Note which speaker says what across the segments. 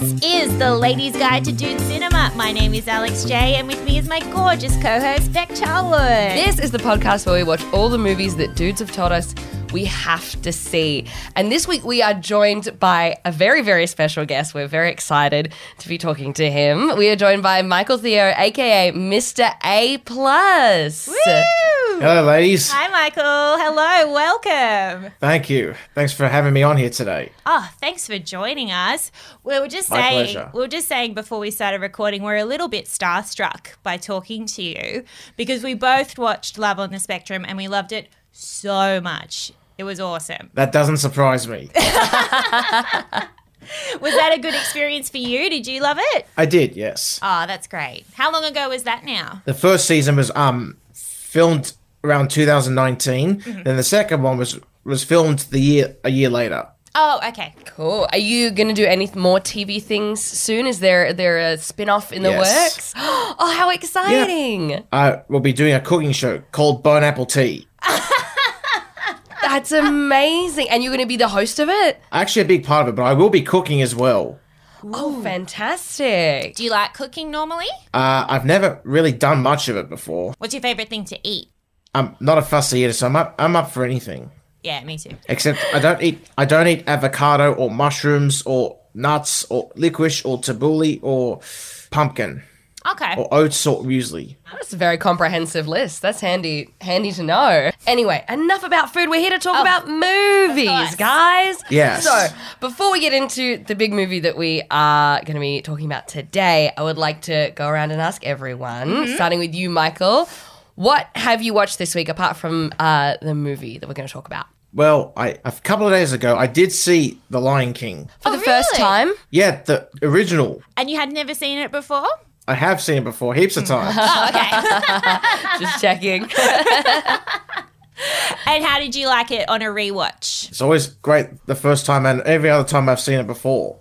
Speaker 1: the Ladies Guide to Dude Cinema. My name is Alex J, and with me is my gorgeous co-host Beck Charwood.
Speaker 2: This is the podcast where we watch all the movies that dudes have told us we have to see. And this week we are joined by a very, very special guest. We're very excited to be talking to him. We are joined by Michael Theo, aka Mr. A Plus.
Speaker 1: Woo!
Speaker 3: Hello, ladies.
Speaker 1: Hi, Michael. Hello. Welcome.
Speaker 3: Thank you. Thanks for having me on here today.
Speaker 1: Oh, thanks for joining us. We were just
Speaker 3: My
Speaker 1: saying,
Speaker 3: pleasure.
Speaker 1: we were just saying before we started recording, we're a little bit starstruck by talking to you because we both watched Love on the Spectrum and we loved it so much. It was awesome.
Speaker 3: That doesn't surprise me.
Speaker 1: Was that a good experience for you? Did you love it?
Speaker 3: I did, yes.
Speaker 1: Oh, that's great. How long ago was that now?
Speaker 3: The first season was um filmed around 2019. Then the second one was was filmed the year a year later.
Speaker 1: Oh, okay.
Speaker 2: Cool. Are you going to do any more TV things soon? Is there, there a spin off in the works?
Speaker 3: Yes.
Speaker 2: Oh, how exciting!
Speaker 3: I will be doing a cooking show called Bone Apple Tea.
Speaker 2: That's amazing. And you're going to be the host of it?
Speaker 3: Actually, a big part of it, but I will be cooking as well.
Speaker 2: Oh, fantastic.
Speaker 1: Do you like cooking normally?
Speaker 3: Uh, I've never really done much of it before.
Speaker 1: What's your favorite thing to eat?
Speaker 3: I'm not a fussy eater, so I'm up, I'm up for anything.
Speaker 1: Yeah, me too.
Speaker 3: Except I don't eat I don't eat avocado or mushrooms or nuts or licorice or tabbouleh or pumpkin
Speaker 1: Okay.
Speaker 3: or oats or muesli.
Speaker 2: That's a very comprehensive list. That's handy handy to know. Anyway, enough about food. We're here to talk about
Speaker 1: course.
Speaker 2: movies, guys.
Speaker 3: Yes.
Speaker 2: So, before we get into the big movie that we are going to be talking about today, I would like to go around and ask everyone, starting with you, Michael, what have you watched this week apart from uh, the movie that we're going to talk about?
Speaker 3: Well, I a couple of days ago I did see The Lion King.
Speaker 2: For the first
Speaker 1: really?
Speaker 2: time,
Speaker 3: Yeah, the original.
Speaker 1: And you had never seen it before?
Speaker 3: I have seen it before heaps of times.
Speaker 1: Oh, okay.
Speaker 2: just checking.
Speaker 1: and how did you like it on a rewatch?
Speaker 3: it's always great the first time and every other time I've seen it before.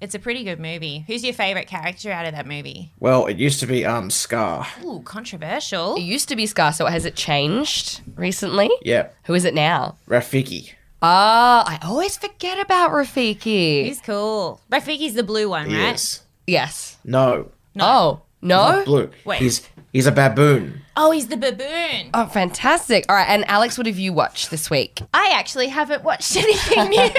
Speaker 1: It's a pretty good movie. Who's your favorite character out of that movie?
Speaker 3: Well, it used to be um Scar.
Speaker 1: Ooh, controversial.
Speaker 2: it used to be Scar, so has it changed recently?
Speaker 3: Yeah,
Speaker 2: Who is it now?
Speaker 3: Rafiki.
Speaker 2: Ah, I always forget about Rafiki.
Speaker 1: He's cool. Rafiki's the blue one, right?
Speaker 3: Yes.
Speaker 2: yes.
Speaker 3: No.
Speaker 2: Oh, no?
Speaker 3: Blue.
Speaker 1: Wait.
Speaker 3: He's he's a baboon.
Speaker 1: Oh, he's the baboon.
Speaker 2: Oh, fantastic. All right. And Alex, what have you watched this week?
Speaker 1: I actually haven't watched anything new.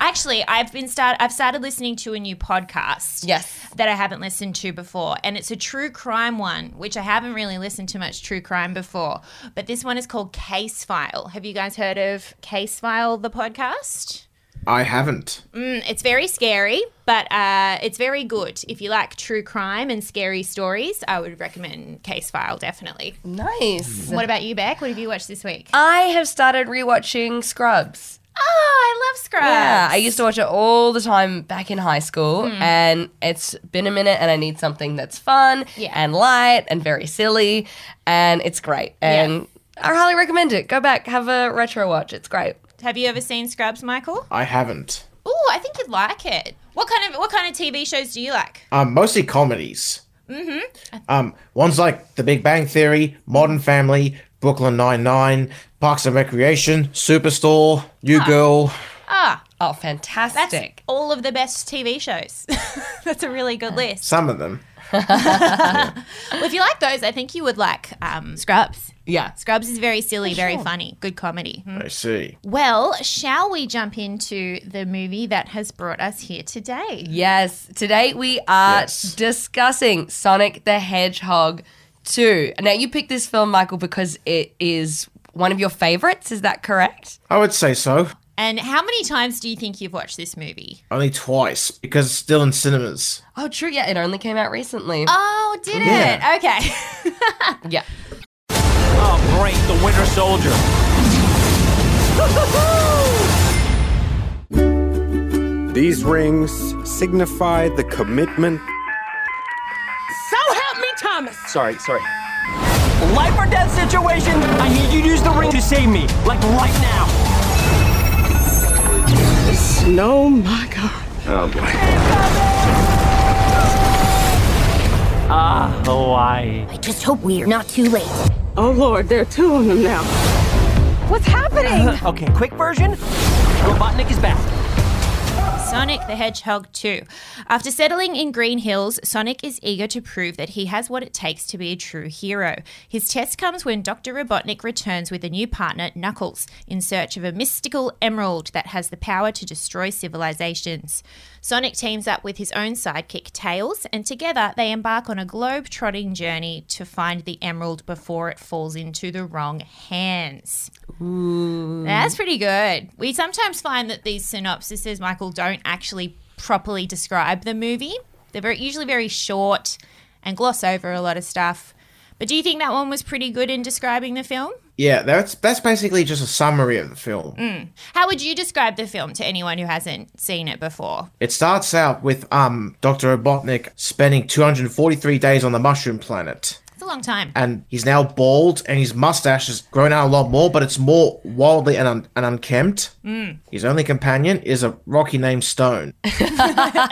Speaker 1: actually, I've been start I've started listening to a new podcast.
Speaker 2: Yes.
Speaker 1: that I haven't listened to before. And it's a true crime one, which I haven't really listened to much true crime before. But this one is called Case File. Have you guys heard of Case File, the podcast?
Speaker 3: I haven't.
Speaker 1: Mm, it's very scary, but uh, it's very good. If you like true crime and scary stories, I would recommend Case File, definitely.
Speaker 2: Nice.
Speaker 1: What about you, Beck? What have you watched this week?
Speaker 2: I have started rewatching Scrubs.
Speaker 1: Oh, I love Scrubs.
Speaker 2: Yeah, I used to watch it all the time back in high school, and it's been a minute, and I need something that's fun
Speaker 1: Yeah.
Speaker 2: and light and very silly, and it's great. And I highly recommend it. Go back, have a retro watch. It's great.
Speaker 1: Have you ever seen Scrubs, Michael?
Speaker 3: I haven't.
Speaker 1: Oh, I think you'd like it. What kind of what kind of TV shows do you like?
Speaker 3: Um, mostly comedies. Mm-hmm. Um, ones like The Big Bang Theory, Modern Family, Brooklyn Nine Nine, Parks and Recreation, Superstore, New Girl.
Speaker 1: Ah,
Speaker 2: Oh,
Speaker 1: That's
Speaker 2: fantastic.
Speaker 1: all of the best TV shows. That's a really good list.
Speaker 3: Some of them.
Speaker 1: Well, if you like those, I think you would like um, Scrubs.
Speaker 2: yeah.
Speaker 1: Scrubs is very silly, very funny, good comedy.
Speaker 3: I see.
Speaker 1: Well, shall we jump into the movie that has brought us here today?
Speaker 2: Yes. Today we are
Speaker 3: Yes.
Speaker 2: discussing Sonic the Hedgehog 2. Now, you picked this film, Michael, because it is one of your favorites. Is that correct?
Speaker 3: I would say so.
Speaker 1: And how many times do you think you've watched this movie?
Speaker 3: Only twice because it's still in cinemas.
Speaker 2: Oh, true. Yeah, it only came out recently.
Speaker 1: Oh, did
Speaker 3: Yeah.
Speaker 1: it? Okay.
Speaker 2: Uh, yeah.
Speaker 4: Oh, great, the Winter Soldier.
Speaker 5: These rings signify the commitment.
Speaker 6: So help me, Thomas.
Speaker 5: Sorry, sorry.
Speaker 4: Life or death situation. I need you to use the ring to save me, like right now.
Speaker 6: No, my God.
Speaker 5: Oh boy.
Speaker 4: Ah, Hawaii.
Speaker 7: Just hope we're not too late.
Speaker 6: Oh Lord, there are two of them now. What's happening? Um,
Speaker 4: Okay, quick version. Robotnik is back.
Speaker 1: Sonic the Hedgehog 2. After settling in Green Hills, Sonic is eager to prove that he has what it takes to be a true hero. His test comes when Dr. Robotnik returns with a new partner, Knuckles, in search of a mystical emerald that has the power to destroy civilizations. Sonic teams up with his own sidekick, Tails, and together they embark on a globe trotting journey to find the emerald before it falls into the wrong hands. That's pretty good. We sometimes find that these synopsises, Michael, don't actually properly describe the movie. They're very, usually very short and gloss over a lot of stuff. But do you think that one was pretty good in describing the film?
Speaker 3: Yeah, that's that's basically just a summary of the film.
Speaker 1: How would you describe the film to anyone who hasn't seen it before?
Speaker 3: It starts out with um Dr. Robotnik spending 243 days on the mushroom planet.
Speaker 1: It's a long time.
Speaker 3: and he's now bald and his mustache has grown out a lot more, but it's more wildly and, un- and unkempt. His only companion is a rocky named Stone,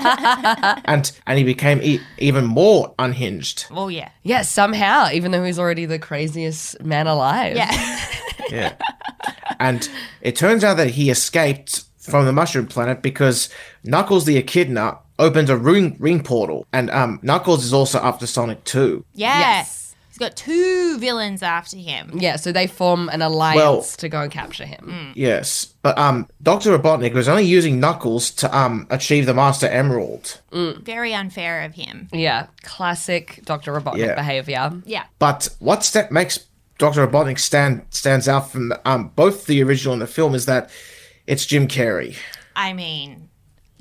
Speaker 3: and and he became e- even more unhinged.
Speaker 1: Oh, yeah.
Speaker 2: Yeah, somehow, even though he's already the craziest man alive.
Speaker 1: Yeah.
Speaker 3: Yeah, and it turns out that he escaped from the Mushroom Planet because Knuckles the Echidna opened a ring ring portal, and um Knuckles is also after Sonic too.
Speaker 1: yeah.
Speaker 2: Yes.
Speaker 1: He's got two villains after him.
Speaker 2: Yeah, so they form an alliance
Speaker 3: Well-
Speaker 2: to go and capture him.
Speaker 3: Yes, but um Doctor Robotnik was only using Knuckles to um achieve the Master Emerald.
Speaker 1: Very unfair of him.
Speaker 2: Yeah, classic Dr. Robotnik
Speaker 3: Yeah.
Speaker 2: behavior.
Speaker 1: Yeah.
Speaker 3: But what step makes Doctor Robotnik stand stands out from um, both the original and the film is that it's Jim Carrey.
Speaker 1: I mean,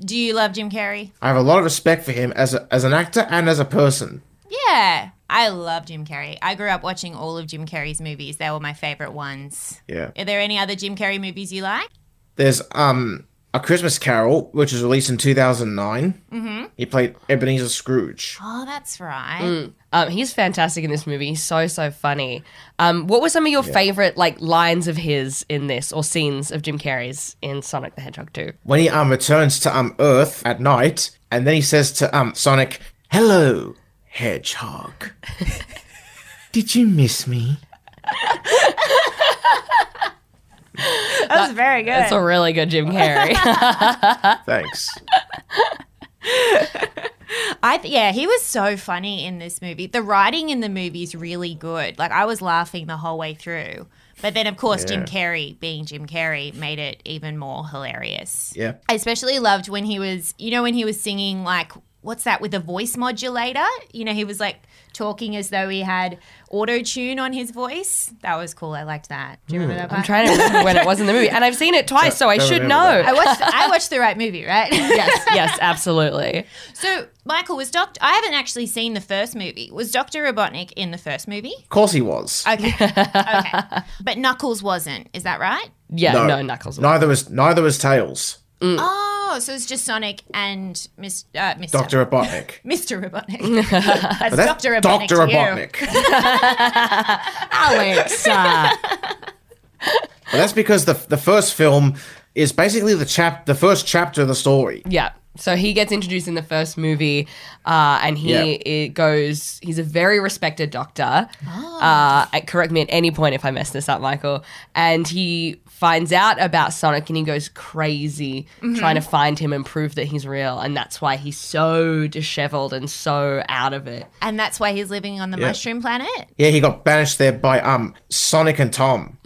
Speaker 1: do you love Jim Carrey?
Speaker 3: I have a lot of respect for him as a, as an actor and as a person.
Speaker 1: Yeah. I love Jim Carrey. I grew up watching all of Jim Carrey's movies. They were my favorite ones.
Speaker 3: Yeah.
Speaker 1: Are there any other Jim Carrey movies you like?
Speaker 3: There's um a Christmas Carol which was released in 2009. Mm-hmm. He played Ebenezer Scrooge.
Speaker 1: Oh, that's right.
Speaker 2: Um, he's fantastic in this movie. He's so, so funny. Um, what were some of your favorite like lines of his in this or scenes of Jim Carrey's in Sonic the Hedgehog 2?
Speaker 3: When he um returns to um Earth at night, and then he says to um Sonic, "Hello, Hedgehog. Did you miss me?"
Speaker 1: That was very good.
Speaker 2: That's a really good Jim Carrey.
Speaker 3: Thanks.
Speaker 1: I th- yeah, he was so funny in this movie. The writing in the movie is really good. Like I was laughing the whole way through. But then of course Jim Carrey being Jim Carrey made it even more hilarious.
Speaker 3: Yeah.
Speaker 1: I especially loved when he was, you know, when he was singing like, what's that with a voice modulator? You know, he was like talking as though he had auto tune on his voice. That was cool. I liked that. Do you
Speaker 3: Hmm,
Speaker 1: remember that part?
Speaker 2: I'm trying to remember when it was in the movie. And I've seen it twice, so I
Speaker 3: don't
Speaker 2: should
Speaker 3: remember
Speaker 2: know.
Speaker 1: I watched, I watched the right movie, right?
Speaker 2: yes, yes, absolutely.
Speaker 1: So, Michael, was Doctor. I haven't actually seen the first movie. Was Dr. Robotnik in the first movie?
Speaker 3: Of course he was.
Speaker 1: Okay. okay. But Knuckles wasn't. Is that right?
Speaker 2: Yeah, no, Knuckles. was-
Speaker 3: Neither was neither was Tails.
Speaker 1: Oh, so it's just Sonic and Miss, uh, Mr.
Speaker 3: Doctor Robotnik.
Speaker 1: Mr. Robotnik. That's,
Speaker 3: That's
Speaker 1: Dr. Robotnik.
Speaker 3: Dr.
Speaker 1: to you.
Speaker 3: Robotnik.
Speaker 2: Alexa.
Speaker 3: But that's because the the first film is basically the chap the first chapter of the story.
Speaker 2: Yeah. So he gets introduced in the first movie, uh, and he it goes. He's a very respected doctor. Uh, and correct me at any point if I mess this up, Michael. And he finds out about Sonic, and he goes crazy trying to find him and prove that he's real. And that's why he's so dishevelled and so out of it.
Speaker 1: And that's why he's living on the mushroom planet?
Speaker 3: Yeah, he got banished there by um Sonic and Tom.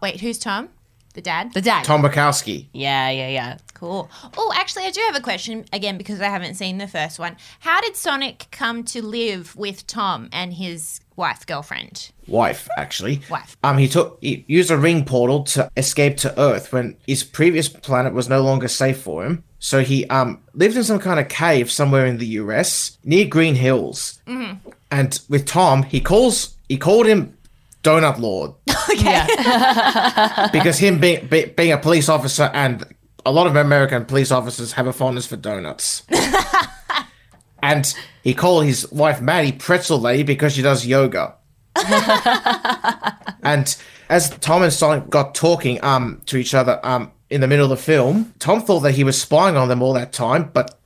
Speaker 1: Wait, who's Tom? The dad?
Speaker 2: The dad.
Speaker 3: Tom Bukowski.
Speaker 2: Yeah, yeah, yeah.
Speaker 1: cool. Oh, actually, I do have a question again because I haven't seen the first one. How did Sonic come to live with Tom and his wife, girlfriend?
Speaker 3: Wife, actually.
Speaker 1: Wife.
Speaker 3: Um he took he used a ring portal to escape to Earth when his previous planet was no longer safe for him. So he um lived in some kind of cave somewhere in the US near Green Hills. And with Tom, he calls he called him Donut Lord.
Speaker 2: Yeah.
Speaker 3: because him being be, being a police officer and a lot of American police officers have a fondness for donuts. and he called his wife Maddie Pretzel Lady because she does yoga. and as Tom and Sonic got talking um to each other um in the middle of the film, Tom thought that he was spying on them all that time, but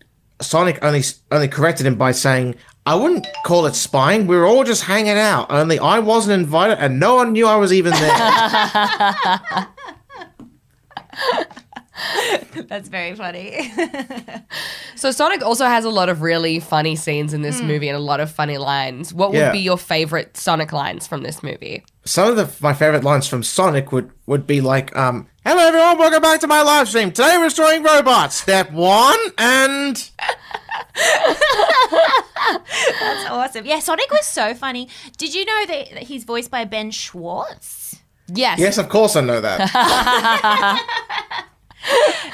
Speaker 3: Sonic only only corrected him by saying, "I wouldn't call it spying. We were all just hanging out. Only I wasn't invited, and no one knew I was even there."
Speaker 1: That's very funny.
Speaker 2: So Sonic also has a lot of really funny scenes in this movie and a lot of funny lines. What would
Speaker 3: Yeah.
Speaker 2: be your favorite Sonic lines from this movie?
Speaker 3: some of the my favorite lines from Sonic would would be like, um, "Hello everyone, welcome back to my live stream. Today we're destroying robots. Step one, and
Speaker 1: That's awesome. Yeah, Sonic was so funny. Did you know that that he's voiced by Ben Schwartz?
Speaker 2: Yes.
Speaker 3: yes, of course I know that.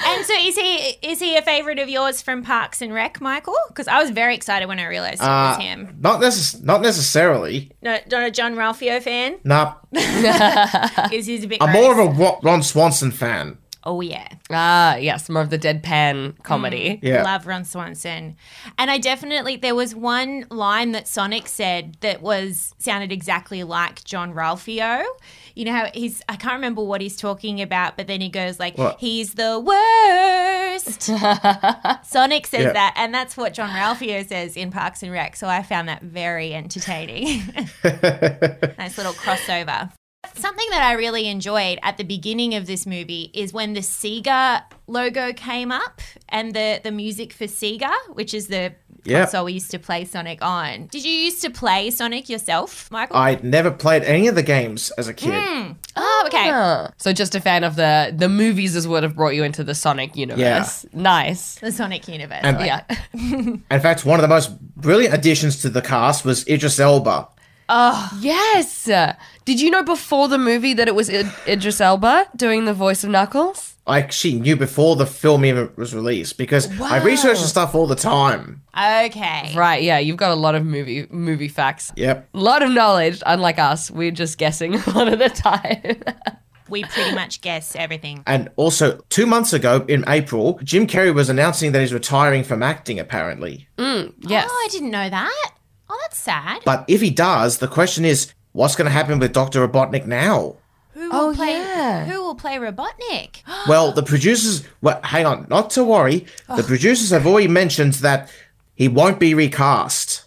Speaker 1: And so is he is he a favorite of yours from Parks and Rec, Michael? Because I was very excited when I realized it was
Speaker 3: Uh,
Speaker 1: him.
Speaker 3: not necess- not necessarily.
Speaker 1: No, not a John Ralphio fan.
Speaker 3: Nah,
Speaker 1: Is he's a bit
Speaker 3: I'm more of a Ro- Ron Swanson fan.
Speaker 1: Oh yeah.
Speaker 2: Ah, yes, more of the deadpan comedy.
Speaker 3: Yeah,
Speaker 1: Love Ron Swanson. And I definitely there was one line that Sonic said that was sounded exactly like John Ralphio. You know how he's I can't remember what he's talking about, but then he goes like
Speaker 3: What?
Speaker 1: he's the worst. Sonic says
Speaker 3: Yeah.
Speaker 1: that and that's what John Ralphio says in Parks and Rec, so I found that very entertaining. nice little crossover. Something that I really enjoyed at the beginning of this movie is when the Sega logo came up and the, the music for Sega, which is the
Speaker 3: Yep.
Speaker 1: console we used to play Sonic on. Did you used to play Sonic yourself, Michael?
Speaker 3: I never played any of the games as a kid.
Speaker 1: oh, okay.
Speaker 2: Ah, So just a fan of the the movies is what have brought you into the Sonic universe. Nice.
Speaker 1: The Sonic universe.
Speaker 3: And-
Speaker 2: Yeah.
Speaker 3: In fact, one of the most brilliant additions to the cast was Idris Elba.
Speaker 2: yes. Did you know before the movie that it was Id- Idris Elba doing the voice of Knuckles?
Speaker 3: I actually knew before the film even was released because I research the stuff all the time.
Speaker 1: okay.
Speaker 2: Right. Yeah. You've got a lot of movie movie facts.
Speaker 3: Yep.
Speaker 2: A lot of knowledge. Unlike us, we're just guessing a lot of the time.
Speaker 1: We pretty much guess everything.
Speaker 3: And also, two months ago in April, Jim Carrey was announcing that he's retiring from acting, apparently.
Speaker 2: yes.
Speaker 1: Oh, I didn't know that. Oh, that's sad.
Speaker 3: But if he does, the question is what's going to happen with Dr. Robotnik now?
Speaker 1: Who will
Speaker 2: Oh,
Speaker 1: play
Speaker 2: yeah.
Speaker 1: who will play Robotnik?
Speaker 3: Well, the producers, well, hang on, not to worry. The producers have already mentioned that he won't be recast,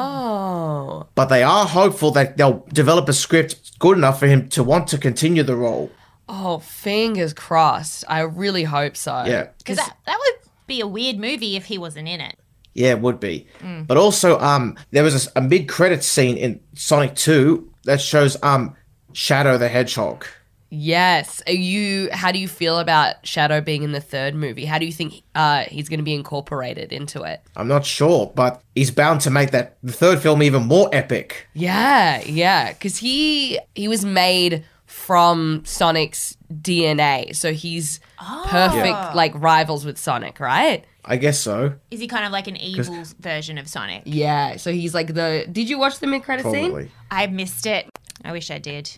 Speaker 2: Oh.
Speaker 3: but they are hopeful that they'll develop a script good enough for him to want to continue the role.
Speaker 2: Oh, fingers crossed. I really hope so.
Speaker 3: Yeah.
Speaker 1: Because that, that would be a weird movie if he wasn't in it.
Speaker 3: Yeah, it would be.
Speaker 2: Mm.
Speaker 3: But also, um, there was a, s- a mid-credits scene in Sonic Two that shows um Shadow the Hedgehog.
Speaker 2: Yes. Are you how do you feel about Shadow being in the third movie? How do you think uh, he's going to be incorporated into it?
Speaker 3: I'm not sure, but he's bound to make that the third film even more epic.
Speaker 2: Yeah, yeah, cuz he he was made from Sonic's DNA. So he's perfect like rivals with Sonic, right?
Speaker 3: I guess so.
Speaker 1: Is he kind of like an evil version of Sonic?
Speaker 2: Yeah. So he's like the Did you watch the mid-credit scene?
Speaker 3: Probably.
Speaker 1: I missed it. I wish I did.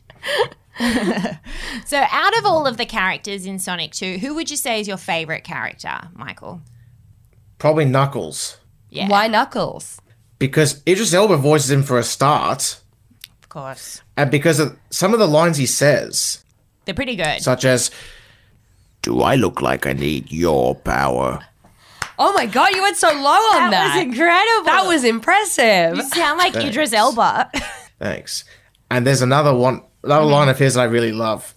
Speaker 1: so, out of all of the characters in Sonic 2, who would you say is your favorite character, Michael?
Speaker 3: Probably Knuckles.
Speaker 1: Yeah,
Speaker 2: Why Knuckles?
Speaker 3: Because Idris Elba voices him for a start,
Speaker 1: of course.
Speaker 3: and because of some of the lines he says,
Speaker 1: They're pretty good.
Speaker 3: such as Do I look like I need your power?
Speaker 2: Oh my god, you went so low on that.
Speaker 1: that was incredible.
Speaker 2: That was impressive.
Speaker 1: You sound like Idris Elba.
Speaker 3: Thanks. And there's another one, another line of his I really love.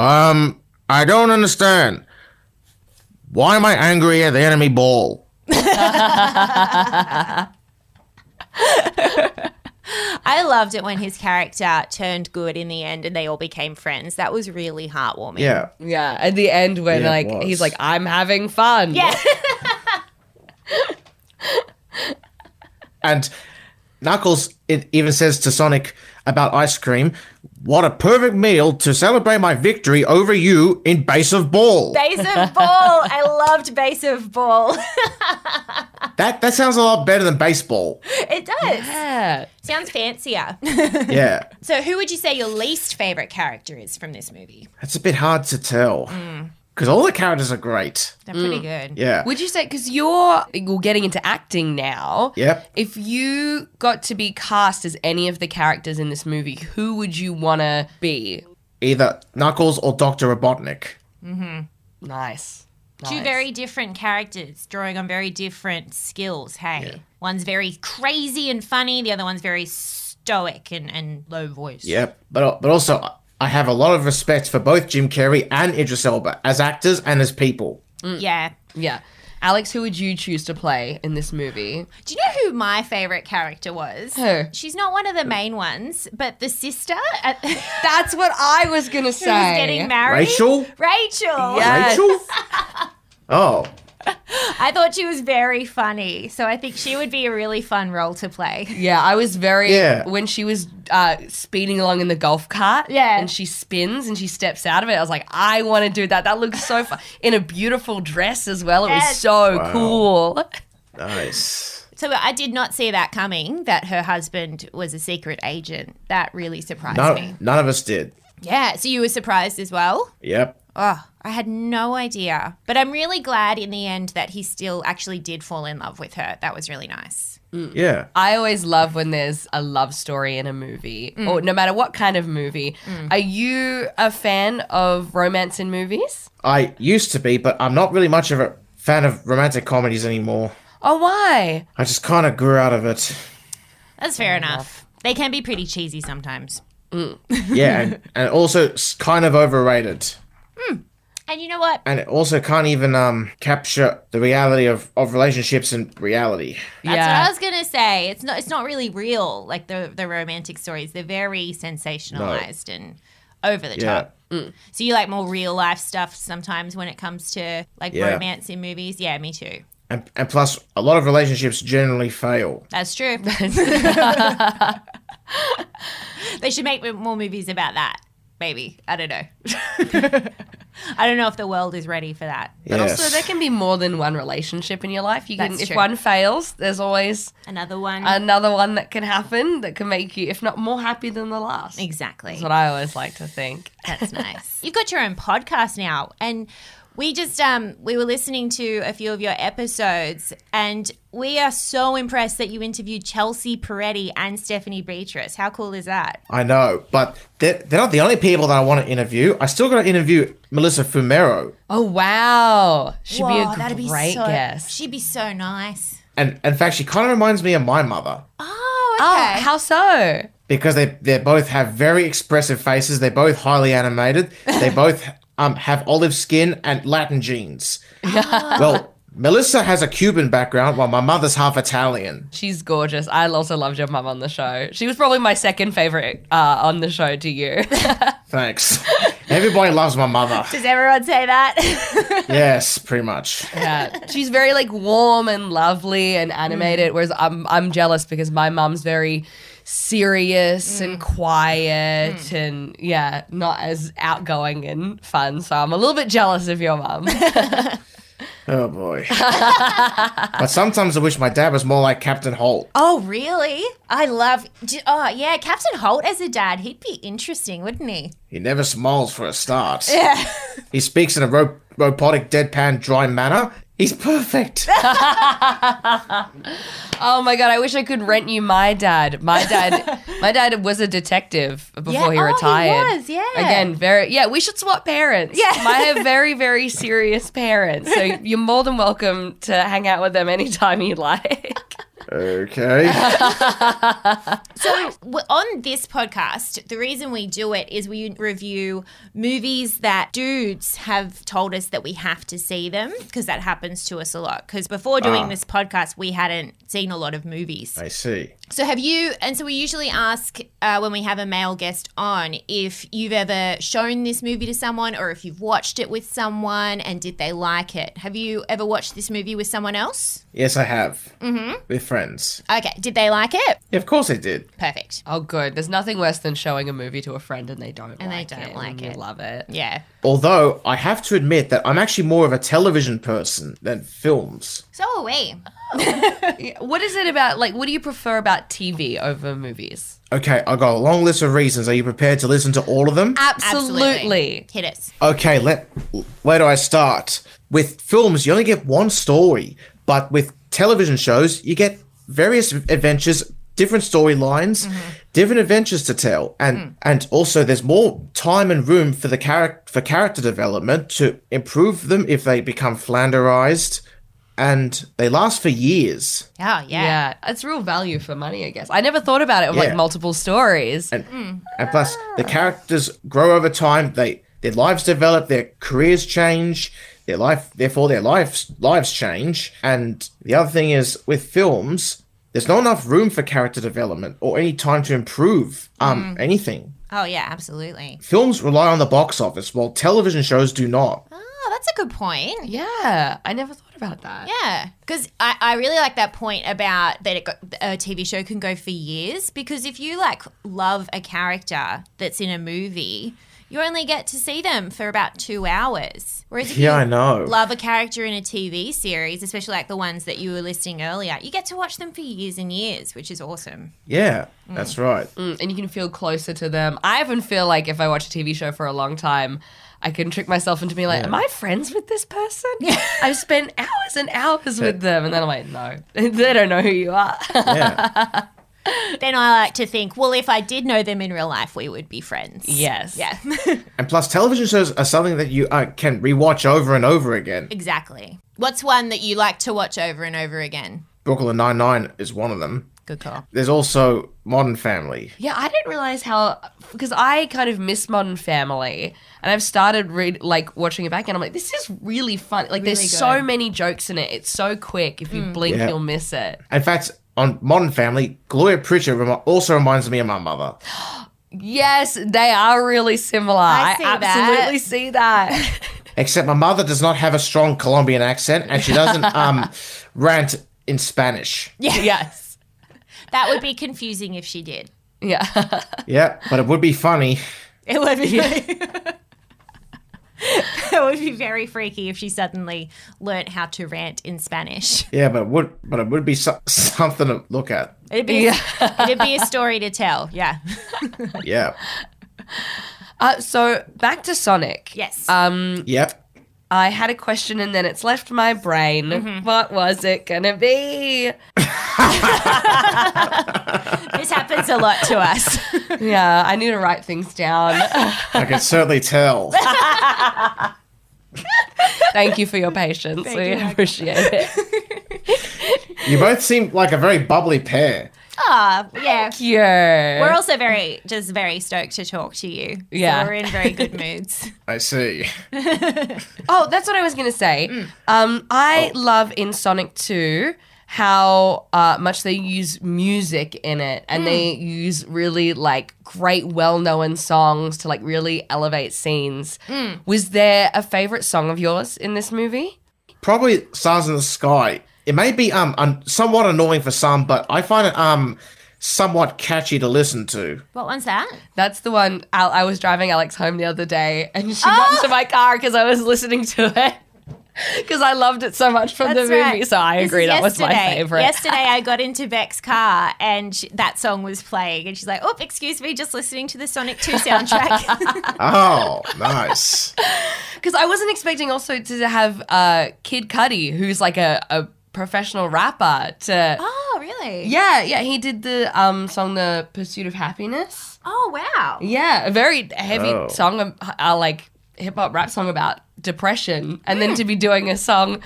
Speaker 3: Um, I don't understand. Why am I angry at the enemy ball?
Speaker 1: I loved it when his character turned good in the end and they all became friends. That was really heartwarming.
Speaker 3: Yeah.
Speaker 2: Yeah, at the end when
Speaker 3: Yeah, it
Speaker 2: like he's
Speaker 3: was.
Speaker 2: like, I'm having fun.
Speaker 1: Yeah.
Speaker 3: And Knuckles it even says to Sonic about ice cream, "What a perfect meal to celebrate my victory over you in base of ball."
Speaker 1: Base of Ball. I loved Base of Ball.
Speaker 3: that that sounds a lot better than baseball.
Speaker 1: It does.
Speaker 2: Yeah.
Speaker 1: Sounds fancier.
Speaker 3: yeah.
Speaker 1: so, who would you say your least favorite character is from this movie?
Speaker 3: That's a bit hard to tell. Cuz all the characters are great.
Speaker 1: They're pretty good.
Speaker 3: Yeah.
Speaker 2: Would you say because you're you're getting into acting now?
Speaker 3: Yep.
Speaker 2: If you got to be cast as any of the characters in this movie, who would you want to be?
Speaker 3: Either Knuckles or Dr. Robotnik.
Speaker 2: Nice.
Speaker 1: Two
Speaker 2: Nice.
Speaker 1: very different characters drawing on very different skills. Hey, one's very crazy and funny, the other one's very stoic and, and low voice.
Speaker 3: Yep. But but also I have a lot of respect for both Jim Carrey and Idris Elba as actors and as people.
Speaker 2: Mm.
Speaker 1: Yeah.
Speaker 2: Yeah. Alex, who would you choose to play in this movie?
Speaker 1: Do you know who my favorite character was?
Speaker 2: Who?
Speaker 1: She's not one of the main ones, but the sister at who's
Speaker 2: That's what I was gonna say.
Speaker 1: getting married.
Speaker 3: Rachel?
Speaker 1: Rachel.
Speaker 2: Yeah. Yes.
Speaker 3: Rachel? oh,
Speaker 1: I thought she was very funny, so I think she would be a really fun role to play.
Speaker 2: Yeah, I was very
Speaker 3: Yeah.
Speaker 2: when she was uh, speeding along in the golf cart.
Speaker 1: Yeah.
Speaker 2: and she spins and she steps out of it. I was like, I want to do that. That looks so fun in a beautiful dress as well. It was
Speaker 1: Yes.
Speaker 2: so cool.
Speaker 3: nice.
Speaker 1: So I did not see that coming that her husband was a secret agent. That really surprised
Speaker 3: No,
Speaker 1: me.
Speaker 3: none of us did.
Speaker 1: Yeah, so you were surprised as well?
Speaker 3: Yep.
Speaker 1: Oh, I had no idea. But I'm really glad in the end that he still actually did fall in love with her. That was really nice.
Speaker 3: Yeah.
Speaker 2: I always love when there's a love story in a movie,
Speaker 1: Mm.
Speaker 2: or no matter what kind of movie. Are you a fan of romance in movies?
Speaker 3: I used to be, but I'm not really much of a fan of romantic comedies anymore.
Speaker 2: Oh, why?
Speaker 3: I just kind of grew out of it.
Speaker 1: That's fair, enough. They can be pretty cheesy sometimes.
Speaker 3: Yeah, and, and also it's kind of overrated.
Speaker 1: And you know what?
Speaker 3: And it also can't even um, capture the reality of, of relationships and reality.
Speaker 1: That's what I was gonna say. It's not. It's not really real. Like the the romantic stories, they're very sensationalized and over the
Speaker 3: Yeah.
Speaker 1: top. Mm. So you like more real life stuff sometimes when it comes to like
Speaker 3: Yeah.
Speaker 1: romance in movies. Yeah, me too.
Speaker 3: And, and plus, a lot of relationships generally fail.
Speaker 1: That's true. they should make more movies about that. Maybe I don't know. I don't know if the world is ready for that.
Speaker 2: But
Speaker 3: yes.
Speaker 2: also, there can be more than one relationship in your life. You can,
Speaker 1: That's
Speaker 2: if
Speaker 1: true.
Speaker 2: one fails, there's always
Speaker 1: Another one.
Speaker 2: another one that can happen that can make you, if not more happy than the last.
Speaker 1: exactly.
Speaker 2: That's what I always like to think.
Speaker 1: That's nice. You've got your own podcast now, and we just um we were listening to a few of your episodes, and we are so impressed that you interviewed Chelsea Peretti and Stephanie Beatrice. How cool is that?
Speaker 3: I know, but they're, they're not the only people that I want to interview. I still got to interview Melissa Fumero.
Speaker 2: Oh wow, she'd be
Speaker 1: Whoa,
Speaker 2: a great
Speaker 1: so,
Speaker 2: guest.
Speaker 1: She'd be so nice.
Speaker 3: And in fact, she kind of reminds me of my mother
Speaker 1: Oh,
Speaker 2: Oh,
Speaker 1: okay.
Speaker 2: how so?
Speaker 3: because they, they both have very expressive faces. They're both highly animated. They both um, have olive skin and Latin genes. well, Melissa has a Cuban background, while my mother's half Italian.
Speaker 2: She's gorgeous. I also loved your mum on the show. She was probably my second favorite uh, on the show to you.
Speaker 3: Thanks. Everybody loves my mother.
Speaker 1: Does everyone say that?
Speaker 3: Yes, pretty much.
Speaker 2: yeah, she's very like warm and lovely and animated. Whereas I'm I'm jealous because my mum's very serious and quiet and yeah, not as outgoing and fun. So I'm a little bit jealous of your mum.
Speaker 3: Oh boy. but sometimes I wish my dad was more like Captain Holt.
Speaker 1: oh, really? I love. d- Oh, yeah. Captain Holt as a dad, he'd be interesting, wouldn't he?
Speaker 3: He never smiles for a start. Yeah. He speaks in a ro- robotic, deadpan, dry manner. He's perfect.
Speaker 2: Oh my god, I wish I could rent you my dad. My dad my dad was a detective before
Speaker 1: Yeah,
Speaker 2: he
Speaker 1: oh, he
Speaker 2: retired.
Speaker 1: was, yeah.
Speaker 2: Again, very yeah, we should swap parents. Yeah. I have very, very serious parents. So you're more than welcome to hang out with them anytime you like.
Speaker 3: okay.
Speaker 1: So w- on this podcast, the reason we do it is we review movies that dudes have told us that we have to see them because that happens to us a lot. Because before doing this podcast, we hadn't seen a lot of movies.
Speaker 3: I see.
Speaker 1: So have you? And so we usually ask uh, when we have a male guest on if you've ever shown this movie to someone or if you've watched it with someone and did they like it. Have you ever watched this movie with someone else?
Speaker 3: Yes, I have. Mm-hmm. We're friends.
Speaker 1: Okay, did they like it?
Speaker 3: Yeah, of course I did.
Speaker 1: Perfect.
Speaker 2: Oh good. There's nothing worse than showing a movie to a friend and they don't
Speaker 1: And they
Speaker 2: like
Speaker 1: don't
Speaker 2: it.
Speaker 1: like
Speaker 2: and you
Speaker 1: it.
Speaker 2: love it.
Speaker 1: Yeah.
Speaker 3: Although I have to admit that I'm actually more of a television person than films.
Speaker 1: So are we.
Speaker 2: What is it about like what do you prefer about TV over movies?
Speaker 3: Okay, I got a long list of reasons. Are you prepared to listen to all of them?
Speaker 2: Absolutely.
Speaker 1: Hit us.
Speaker 3: okay, let where do I start? With films, you only get one story, but with television shows, you get various adventures, different storylines, different adventures to tell, and and also there's more time and room for the character for character development to improve them if they become flanderized. and they last for years.
Speaker 1: Oh, yeah.
Speaker 2: Yeah, it's real value for money, I guess. I never thought about it of
Speaker 3: Yeah.
Speaker 2: like multiple stories.
Speaker 3: And, and plus, the
Speaker 2: Ah.
Speaker 3: characters grow over time. They their lives develop, their careers change, their life therefore their lives lives change. And the other thing is with films, there's not enough room for character development or any time to improve
Speaker 2: Mm.
Speaker 3: um anything.
Speaker 1: Oh, yeah, absolutely.
Speaker 3: Films rely on the box office, while television shows do not.
Speaker 1: Oh, that's a good point.
Speaker 2: yeah, I never thought about that.
Speaker 1: Yeah, because I, I really like that point about that it got, a TV show can go for years. Because if you like love a character that's in a movie, you only get to see them for about two hours. Whereas if
Speaker 3: Yeah,
Speaker 1: you
Speaker 3: I know.
Speaker 1: love a character in a TV series, especially like the ones that you were listing earlier, you get to watch them for years and years, which is awesome.
Speaker 3: Yeah, that's right.
Speaker 2: Mm, And you can feel closer to them. I even feel like if I watch a TV show for a long time, I can trick myself into being like, Am I friends with this person? I've spent hours and hours with them. And then I'm like, No, they don't know who you are.
Speaker 3: Yeah.
Speaker 1: Then I like to think, well, if I did know them in real life, we would be friends.
Speaker 2: yes.
Speaker 1: Yeah,
Speaker 3: and plus, television shows are something that you uh, can rewatch over and over again.
Speaker 1: exactly. What's one that you like to watch over and over again?
Speaker 3: Brooklyn Nine Nine is one of them.
Speaker 1: Good call.
Speaker 3: There's also Modern Family.
Speaker 2: Yeah, I didn't realize how because I kind of miss Modern Family, and I've started read like watching it back, and I'm like, this is really fun. Like, there's so many jokes in it. It's so quick. If you
Speaker 1: Mm.
Speaker 2: blink,
Speaker 3: Yeah.
Speaker 2: you'll miss it.
Speaker 3: In fact, on Modern Family, Gloria Pritchard remi- also reminds me of my mother.
Speaker 2: Yes, they are really similar. I,
Speaker 1: see that.
Speaker 2: absolutely see that.
Speaker 3: Except my mother does not have a strong Colombian accent, and she doesn't um, rant in Spanish.
Speaker 2: yes.
Speaker 1: That would be confusing if she did.
Speaker 2: Yeah.
Speaker 3: Yeah, but it would be funny.
Speaker 1: It would be. it would be very freaky if she suddenly learnt how to rant in Spanish.
Speaker 3: Yeah, but it would but it would be so- something to look at.
Speaker 1: It'd be it'd be a story to tell. Yeah.
Speaker 3: Yeah.
Speaker 2: Uh, so back to Sonic.
Speaker 1: Yes.
Speaker 3: Yep.
Speaker 2: I had a question and then it's left my brain. What was it gonna be?
Speaker 1: this happens a lot to us.
Speaker 2: Yeah, I need to write things down.
Speaker 3: I can certainly tell.
Speaker 2: Thank you for your patience. we appreciate it.
Speaker 3: You both seem like a very bubbly pair.
Speaker 1: Ah, yeah.
Speaker 2: Yeah.
Speaker 1: We're also very just very stoked to talk to you. So
Speaker 2: Yeah.
Speaker 1: we're in very good moods.
Speaker 3: I see.
Speaker 2: oh, that's what I was going to say.
Speaker 1: Mm.
Speaker 2: Um, I
Speaker 1: Oh.
Speaker 2: love in Sonic 2 how uh, much they use music in it and they
Speaker 1: Mm.
Speaker 2: use really like great well-known songs to like really elevate scenes.
Speaker 1: Mm.
Speaker 2: Was there a favorite song of yours in this movie?
Speaker 3: Probably Stars in the Sky. It may be um un- somewhat annoying for some, but I find it um somewhat catchy to listen to.
Speaker 1: What one's that?
Speaker 2: That's the one Al- I was driving Alex home the other day and she
Speaker 1: Ah!
Speaker 2: got into my car because I was listening to it. Because I loved it so much from the movie, so I
Speaker 1: This is
Speaker 2: agree that was my
Speaker 1: yesterday.
Speaker 2: favorite.
Speaker 1: Yesterday, I got into Beck's car and she, that song was playing, and she's like, "Oh, excuse me, just listening to the Sonic Two soundtrack."
Speaker 3: Oh, nice.
Speaker 2: Because I wasn't expecting also to have uh, Kid Cudi, who's like a, a professional rapper, to.
Speaker 1: oh, really?
Speaker 2: Yeah, yeah, he did the um, song "The Pursuit of Happiness."
Speaker 1: Oh, wow.
Speaker 2: Yeah, a very heavy
Speaker 3: Oh.
Speaker 2: song, um, uh, like hip hop rap song about depression, and then to be doing a song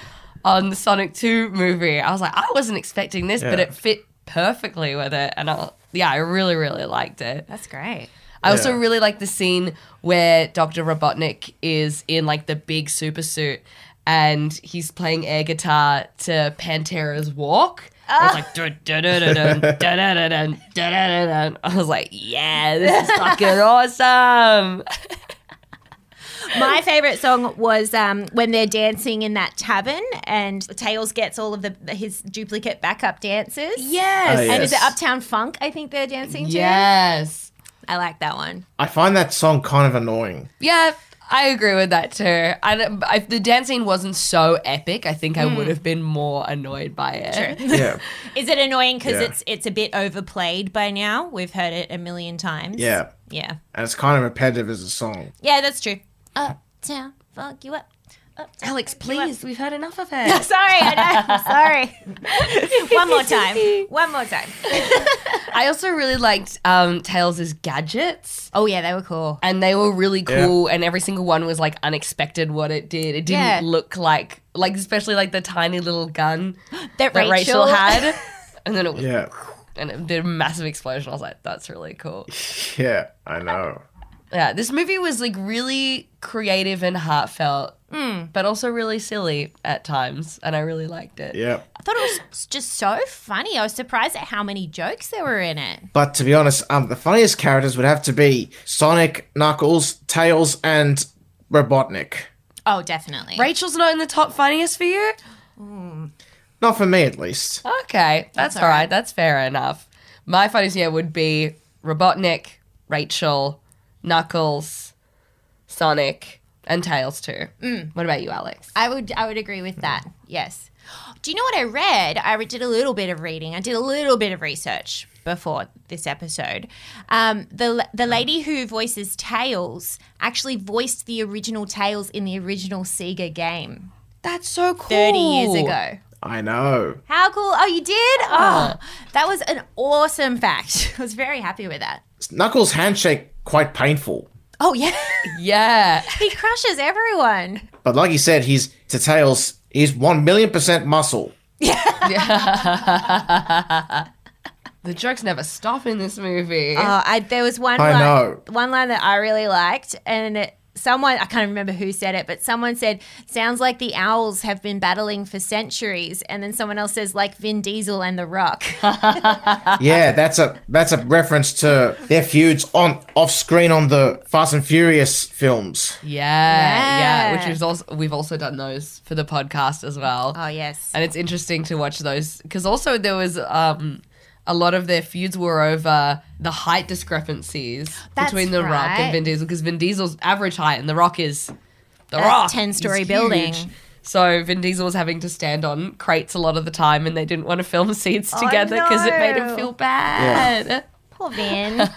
Speaker 2: on the Sonic Two movie, I was like, I wasn't expecting this, but
Speaker 3: Yeah.
Speaker 2: it fit perfectly with it, and I, yeah, I really, really liked it.
Speaker 1: That's great.
Speaker 2: I also
Speaker 3: Yeah.
Speaker 2: really like the scene where Dr. Robotnik is in like the big super suit and he's playing air guitar to Pantera's Walk. And It's like dun, dun, dun, dun, dun, dun, dun, dun, dun, dun, dun, dun. I was like, yeah, this is fucking awesome.
Speaker 1: My favorite song was um, when they're dancing in that tavern, and Tails gets all of the his duplicate backup dancers.
Speaker 2: Yes.
Speaker 3: Oh, yeah.
Speaker 1: And is it
Speaker 3: Yes.
Speaker 1: Uptown Funk? I think they're dancing to.
Speaker 2: Yes.
Speaker 1: I like that one.
Speaker 3: I find that song kind of annoying.
Speaker 2: Yeah, I agree with that too. And if the dance scene wasn't so epic, I think I would have been more annoyed by it.
Speaker 3: Yeah.
Speaker 1: Is it annoying because
Speaker 3: Yeah.
Speaker 1: it's it's a bit overplayed by now? We've heard it a million times.
Speaker 3: Yeah.
Speaker 1: Yeah.
Speaker 3: And it's kind of repetitive as a song.
Speaker 1: Yeah, that's true. Uptown, funk you up.
Speaker 2: Alex, please, we've had enough of her.
Speaker 1: Sorry, I know. I'm sorry. One more time. One more time.
Speaker 2: I also really liked um, Tails' gadgets,
Speaker 1: Oh yeah, they were cool.
Speaker 2: and they were really cool. And every single one was like unexpected what it did. It didn't
Speaker 1: Yeah.
Speaker 2: look like like especially like the tiny little gun
Speaker 1: That,
Speaker 2: that Rachel, had, and then it was,
Speaker 3: Yeah.
Speaker 2: and it did a massive explosion. I was like, that's really cool.
Speaker 3: Yeah, I know.
Speaker 2: Yeah, this movie was like really creative and heartfelt, but also really silly at times, and I really liked it.
Speaker 3: Yeah.
Speaker 1: I thought it was just so funny. I was surprised at how many jokes there were in it.
Speaker 3: But to be honest, um, the funniest characters would have to be Sonic, Knuckles, Tails, and Robotnik.
Speaker 1: Oh, definitely.
Speaker 2: Rachel's not in the top funniest for you.
Speaker 3: Not for me, at least.
Speaker 1: Uh.
Speaker 2: Okay, that's, all right. That's fair enough. My funniest year would be Robotnik, Rachel, Knuckles, Sonic, and Tails too. What about you, Alex?
Speaker 1: I would I would agree with that. Yes. Do you know what I read? I re- did a little bit of reading. I did a little bit of research before this episode. Um, the the lady who voices Tails actually voiced the original Tails in the original Sega game
Speaker 2: That's so cool.
Speaker 1: 30 years ago.
Speaker 3: I know.
Speaker 1: How cool. Oh, you did? Oh, that was an awesome fact. I was very happy with that.
Speaker 3: Knuckles' handshake quite painful.
Speaker 1: Oh, yeah.
Speaker 2: Yeah.
Speaker 1: he crushes everyone.
Speaker 3: But like you said, he's to Tails, he's one million percent muscle.
Speaker 2: The jokes never stop in this movie.
Speaker 1: Oh, I, there was one
Speaker 3: I
Speaker 1: line,
Speaker 3: know.
Speaker 1: one line that I really liked, and it, someone I can't remember who said it, but someone said, "Sounds like the owls have been battling for centuries," and then someone else says, "Like Vin Diesel and The Rock."
Speaker 3: Yeah, that's a that's a reference to their feuds on off screen on the Fast and Furious films.
Speaker 2: yeah, yeah.
Speaker 1: Yeah.
Speaker 2: Which is also we've also done those for the podcast as well.
Speaker 1: oh yes,
Speaker 2: and it's interesting to watch those because also there was um, a lot of their feuds were over the height discrepancies
Speaker 1: That's
Speaker 2: between The Rock
Speaker 1: right.
Speaker 2: and Vin Diesel because Vin Diesel's average height and The Rock is The
Speaker 1: A
Speaker 2: Rock
Speaker 1: 10-story
Speaker 2: is huge.
Speaker 1: building.
Speaker 2: So Vin Diesel was having to stand on crates a lot of the time, and they didn't want to film scenes
Speaker 1: Oh,
Speaker 2: together because it made him
Speaker 1: no.
Speaker 2: feel bad.
Speaker 1: poor Vin.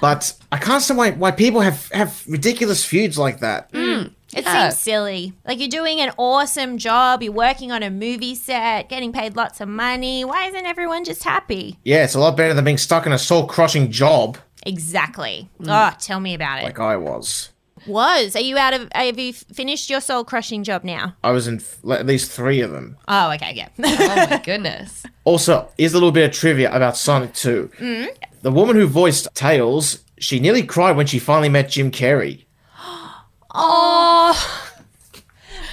Speaker 3: But I can't see why why people have have ridiculous feuds like that.
Speaker 1: It
Speaker 2: Yeah.
Speaker 1: seems silly. Like you're doing an awesome job, you're working on a movie set, getting paid lots of money. Why isn't everyone just happy?
Speaker 3: Yeah, it's a lot better than being stuck in a soul crushing job
Speaker 1: Exactly. Oh, tell me about it.
Speaker 3: Mm. like I was.
Speaker 1: Was are you out of? Have you f- finished your soul crushing job now?
Speaker 3: I was in f- at least three of them.
Speaker 1: Oh, okay, yeah.
Speaker 2: Oh my goodness!
Speaker 3: Also, here's a little bit of trivia about Sonic 2. The woman who voiced Tails, she nearly cried when she finally met Jim Carrey.
Speaker 2: Oh,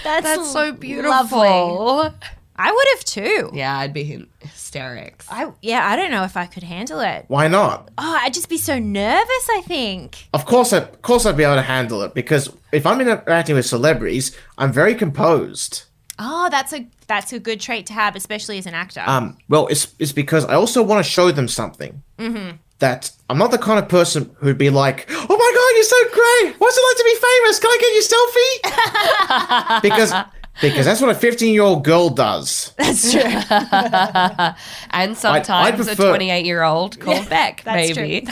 Speaker 1: That's,
Speaker 2: that's so
Speaker 1: lovely.
Speaker 2: beautiful.
Speaker 1: I would have too.
Speaker 2: Yeah, I'd be in hysterics.
Speaker 1: I yeah, I don't know if I could handle it.
Speaker 3: Why not?
Speaker 1: Oh, I'd just be so nervous. I think.
Speaker 3: Of course, I, of course, I'd be able to handle it because if I'm interacting with celebrities, I'm very composed.
Speaker 1: Oh, that's a that's a good trait to have, especially as an actor.
Speaker 3: Um, well, it's it's because I also want to show them something. Mm-hmm. That I'm not the kind of person who'd be like, "Oh my god, you're so great! What's it like to be famous? Can I get your selfie?" because because that's what a 15 year old girl does.
Speaker 1: that's true.
Speaker 2: And sometimes a
Speaker 3: prefer-
Speaker 2: 28 year old called Beck,
Speaker 1: that's
Speaker 2: maybe.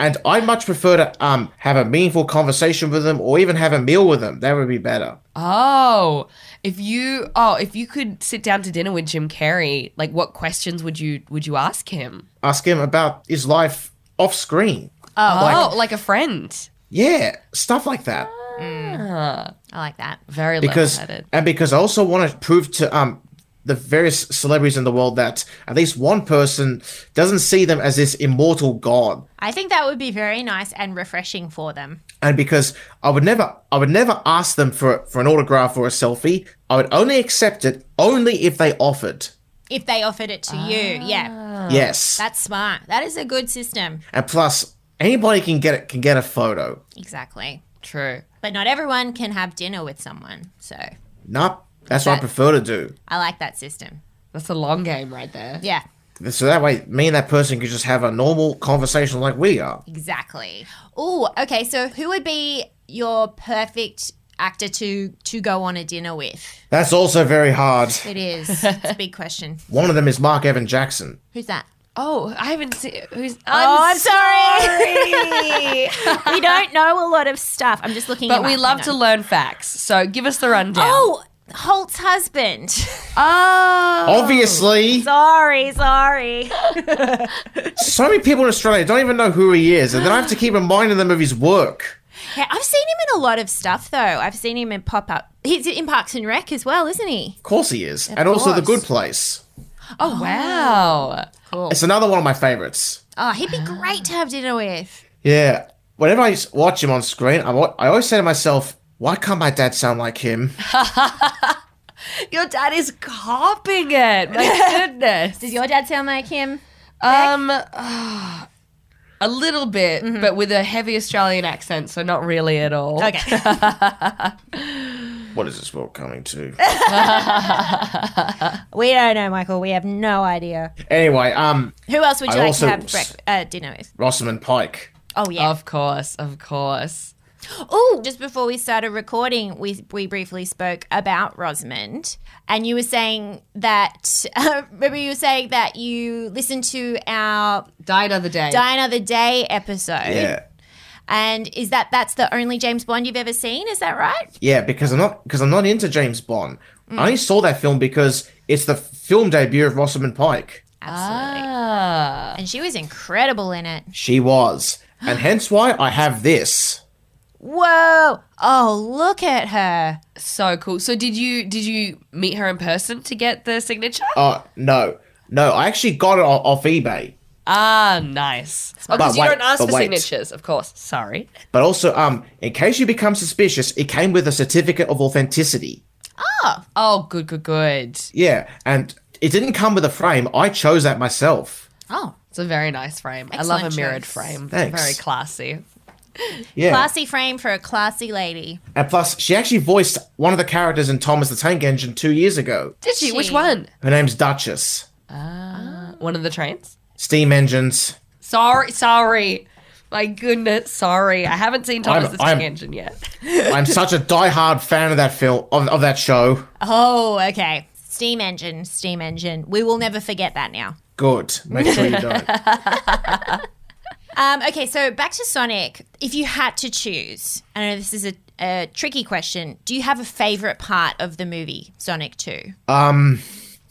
Speaker 3: And I'd much prefer to um have a meaningful conversation with them or even have a meal with them. That would be better.
Speaker 2: Oh, if you oh if you could sit down to dinner with Jim Carrey, like what questions would you would you ask him?
Speaker 3: Ask him about his life off screen.
Speaker 2: Oh, like a friend.
Speaker 3: Yeah, stuff like that.
Speaker 1: I like that.
Speaker 2: Very
Speaker 3: Because
Speaker 2: level-headed.
Speaker 3: and because I also want to prove to um the various celebrities in the world that at least one person doesn't see them as this immortal god.
Speaker 1: I think that would be very nice and refreshing for them.
Speaker 3: And because I would never I would never ask them for for an autograph or a selfie. I would only accept it only if they offered.
Speaker 1: If they offered it to you, yeah,
Speaker 3: yes.
Speaker 1: that's smart. Oh. That is a good system.
Speaker 3: and plus anybody can get it can get a photo.
Speaker 1: Exactly.
Speaker 2: True.
Speaker 1: But not everyone can have dinner with someone, so
Speaker 3: Nope. That's what I
Speaker 1: That-
Speaker 3: prefer to do.
Speaker 1: I like that system.
Speaker 2: That's a long game right there.
Speaker 1: Yeah.
Speaker 3: So that way, me and that person could just have a normal conversation like we are.
Speaker 1: Exactly. Oh, okay. So who would be your perfect actor to to go on a dinner with?
Speaker 3: That's also very hard.
Speaker 1: It is. it's a big question.
Speaker 3: One of them is Mark Evan Jackson.
Speaker 1: Who's that?
Speaker 2: Oh, I haven't seen. Who's?
Speaker 1: Oh, I'm
Speaker 2: sorry.
Speaker 1: we don't know a lot of stuff. I'm just looking.
Speaker 2: but
Speaker 1: him
Speaker 2: we
Speaker 1: up.
Speaker 2: love
Speaker 1: Hang
Speaker 2: to
Speaker 1: on.
Speaker 2: learn facts, so give us the rundown.
Speaker 1: Oh, Holt's husband.
Speaker 2: oh.
Speaker 3: Obviously,
Speaker 1: sorry, sorry.
Speaker 3: so many people in Australia don't even know who he is, and then I have to keep reminding them of his work.
Speaker 1: Yeah, I've seen him in a lot of stuff though. I've seen him in pop up. He's in Parks and Rec as well, isn't he?
Speaker 3: Of course, he is, and also The
Speaker 1: course.
Speaker 3: Good Place.
Speaker 2: Oh, wow.
Speaker 3: It's another one of my favorites.
Speaker 1: Oh, he'd be great to have dinner with.
Speaker 3: Yeah. Whenever I s- watch him on screen, I, wa- I always say to myself, why can't my dad sound like him?
Speaker 2: Your dad is copying it. My goodness.
Speaker 1: Does your dad sound like him?
Speaker 2: Um, ah, a little bit, but with a heavy Australian accent, so not really at all.
Speaker 1: Okay.
Speaker 3: What is this world coming to?
Speaker 1: we don't know, Michael. We have no idea.
Speaker 3: anyway, um,
Speaker 1: Who else would you
Speaker 3: I
Speaker 1: like
Speaker 3: also-
Speaker 1: to have brec- uh, dinner with?
Speaker 3: Rossman Pike.
Speaker 1: Oh, yeah.
Speaker 2: Of course, of course.
Speaker 1: Oh, just before we started recording, we we briefly spoke about Rosamond, and you were saying that. remember, you were saying that you listened to our
Speaker 2: Die another day.
Speaker 1: Die Another Day episode,
Speaker 3: Yeah.
Speaker 1: and is that that's the only James Bond you've ever seen? Is that right?
Speaker 3: Yeah, because I'm not because I'm not into James Bond. I only saw that film because it's the film debut of Rosamund Pike.
Speaker 1: Absolutely.
Speaker 2: Ah.
Speaker 1: And she was incredible in it.
Speaker 3: She was, and hence why I have this.
Speaker 1: Whoa! Oh, look at her.
Speaker 2: So cool. So did you did you meet her in person to get the signature?
Speaker 1: Oh,
Speaker 3: Uh, no, no, I actually got it o- off eBay.
Speaker 2: Ah, nice.
Speaker 3: But
Speaker 2: Because you
Speaker 3: wait,
Speaker 2: don't ask
Speaker 3: but
Speaker 2: for
Speaker 3: wait.
Speaker 2: signatures, of course. Sorry.
Speaker 3: But also, um, in case you become suspicious, it came with a certificate of authenticity.
Speaker 2: Oh, good, good, good.
Speaker 3: Yeah, and it didn't come with a frame. I chose that myself.
Speaker 1: Oh,
Speaker 2: It's a very nice frame. I love
Speaker 1: Excellent
Speaker 2: a mirrored
Speaker 1: choice.
Speaker 2: frame.
Speaker 3: Thanks.
Speaker 2: Very classy.
Speaker 3: Yeah,
Speaker 1: classy frame for a classy lady.
Speaker 3: and plus, she actually voiced one of the characters in Thomas the Tank Engine two years ago.
Speaker 2: Did she? Which
Speaker 1: She-
Speaker 2: one?
Speaker 3: Her name's Duchess.
Speaker 2: One of the trains.
Speaker 3: Steam engines.
Speaker 2: Sorry, sorry. My goodness, sorry. I haven't seen Thomas
Speaker 3: I'm-
Speaker 2: the
Speaker 3: I'm-
Speaker 2: Tank Engine yet.
Speaker 3: I'm such a diehard fan of that film of, of that show.
Speaker 1: Oh, okay. Steam engine, steam engine. We will never forget that now.
Speaker 3: Good. Make sure you don't.
Speaker 1: Um, okay, so back to Sonic. If you had to choose, I know this is a, a tricky question. Do you have a favorite part of the movie Sonic Two?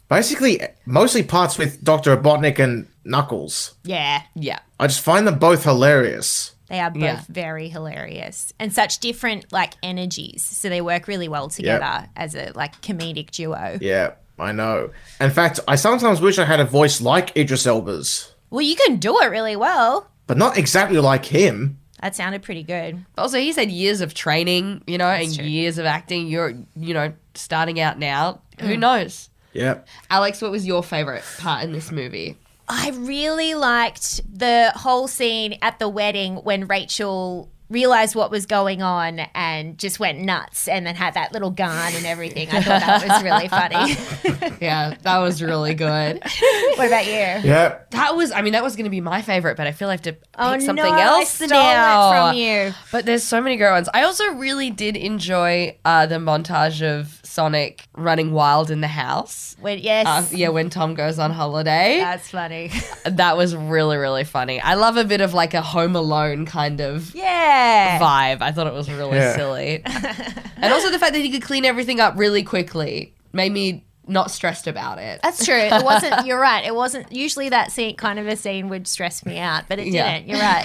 Speaker 3: Basically, mostly parts with Doctor Robotnik and Knuckles.
Speaker 1: Yeah,
Speaker 2: Yeah.
Speaker 3: I just find them both hilarious.
Speaker 1: they are both
Speaker 2: Yeah.
Speaker 1: very hilarious and such different like energies, so they work really well together as a like comedic duo.
Speaker 3: Yeah, I know. In fact, I sometimes wish I had a voice like Idris Elba's,
Speaker 1: Well, you can do it really well.
Speaker 3: but not exactly like him.
Speaker 1: That sounded pretty good.
Speaker 2: But also, he's had years of training, you know, and
Speaker 1: true.
Speaker 2: years of acting. You're, you know, starting out now.
Speaker 1: Mm.
Speaker 2: Who knows?
Speaker 3: Yeah.
Speaker 2: Alex, what was your favorite part in this movie?
Speaker 1: I really liked the whole scene at the wedding when Rachel realized what was going on and just went nuts and then had that little gun and everything. I thought that was really funny.
Speaker 2: Yeah, that was really good.
Speaker 1: what about you?
Speaker 3: Yeah.
Speaker 2: that was, I mean, that was going to be my favorite, but I feel I have to pick
Speaker 1: Oh,
Speaker 2: something
Speaker 1: no, I
Speaker 2: else
Speaker 1: stole
Speaker 2: now.
Speaker 1: it from you.
Speaker 2: But there's so many great ones. I also really did enjoy uh, the montage of Sonic running wild in the house.
Speaker 1: When, yes.
Speaker 2: Uh, yeah, when Tom goes on holiday.
Speaker 1: Oh, That's funny.
Speaker 2: That was really, really funny. I love a bit of like a Home Alone kind of
Speaker 1: Yeah.
Speaker 2: vibe. I thought it was really
Speaker 3: Yeah.
Speaker 2: silly. and also the fact that he could clean everything up really quickly made me not stressed about it.
Speaker 1: That's true. It wasn't, you're right. It wasn't, usually that scene, kind of a scene would stress me out, but it didn't.
Speaker 2: Yeah.
Speaker 1: You're right.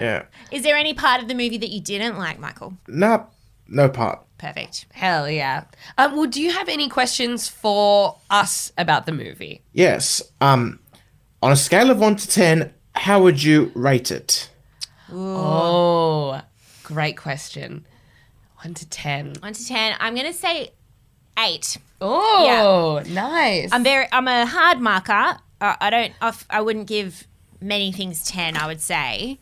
Speaker 3: Yeah.
Speaker 1: Is there any part of the movie that you didn't like, Michael?
Speaker 3: No, no part.
Speaker 1: Perfect.
Speaker 2: Hell yeah. Um, well, do you have any questions for us about the movie?
Speaker 3: Yes. Um, on a scale of one to ten, how would you rate it?
Speaker 2: Oh, great question. One to ten.
Speaker 1: One to 10. I'm going to say eight.
Speaker 2: Oh, nice.
Speaker 1: I'm very. I'm a hard marker. I, I don't. I, f- I wouldn't give many things ten. I would say,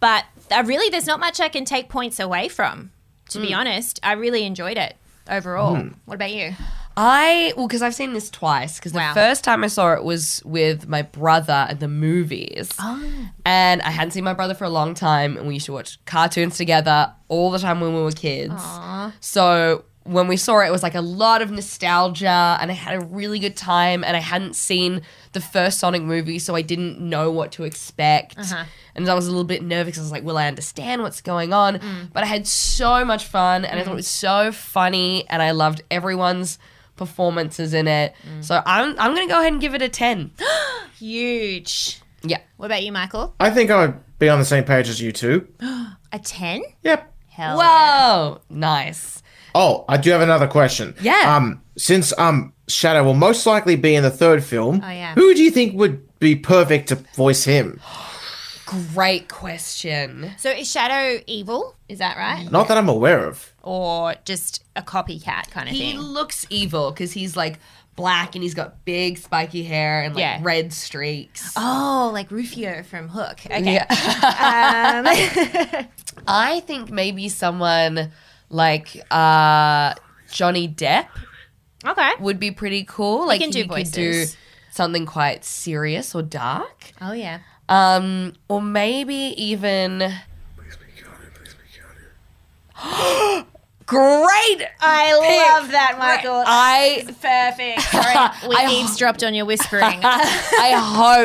Speaker 1: but I really there's not much I can take points away from. To be honest, I really enjoyed it overall. What about you?
Speaker 2: I well, because I've seen this twice. Because
Speaker 1: Wow.
Speaker 2: the first time I saw it was with my brother at the movies, and I hadn't seen my brother for a long time, and we used to watch cartoons together all the time when we were kids. So when we saw it, it was like a lot of nostalgia and I had a really good time and I hadn't seen the first Sonic movie, so I didn't know what to expect. And I was a little bit nervous. I was like, will I understand what's going on? But I had so much fun and I thought it was so funny and I loved everyone's performances in it. So I'm I'm gonna go ahead and give it a ten.
Speaker 1: Huge.
Speaker 2: yeah.
Speaker 1: What about you, Michael?
Speaker 3: I think I would be on the same page as you two.
Speaker 1: A 10?
Speaker 3: Yep.
Speaker 1: Hell.
Speaker 2: Whoa. Nice.
Speaker 3: Oh, I do have another question.
Speaker 2: Yeah.
Speaker 3: Um, since um Shadow will most likely be in the third film, oh,
Speaker 1: yeah.
Speaker 3: who do you think would be perfect to voice him?
Speaker 2: Great question.
Speaker 1: so is Shadow evil? Is that right?
Speaker 3: Not that I'm aware of.
Speaker 1: Or just a copycat kind of
Speaker 2: He
Speaker 1: thing?
Speaker 2: looks evil because he's like black and he's got big spiky hair and like
Speaker 1: Yeah.
Speaker 2: red streaks.
Speaker 1: Oh, like Rufio from Hook. Okay.
Speaker 2: I think maybe someone like uh, Johnny Depp
Speaker 1: Okay.
Speaker 2: would be pretty cool. Like
Speaker 1: can do
Speaker 2: could do
Speaker 1: voices.
Speaker 2: something quite serious or dark.
Speaker 1: Oh, yeah.
Speaker 2: Um, or maybe even. Great!
Speaker 1: I love that, Michael.
Speaker 2: I
Speaker 1: Perfect. Sorry, we eavesdropped on your whispering.
Speaker 2: I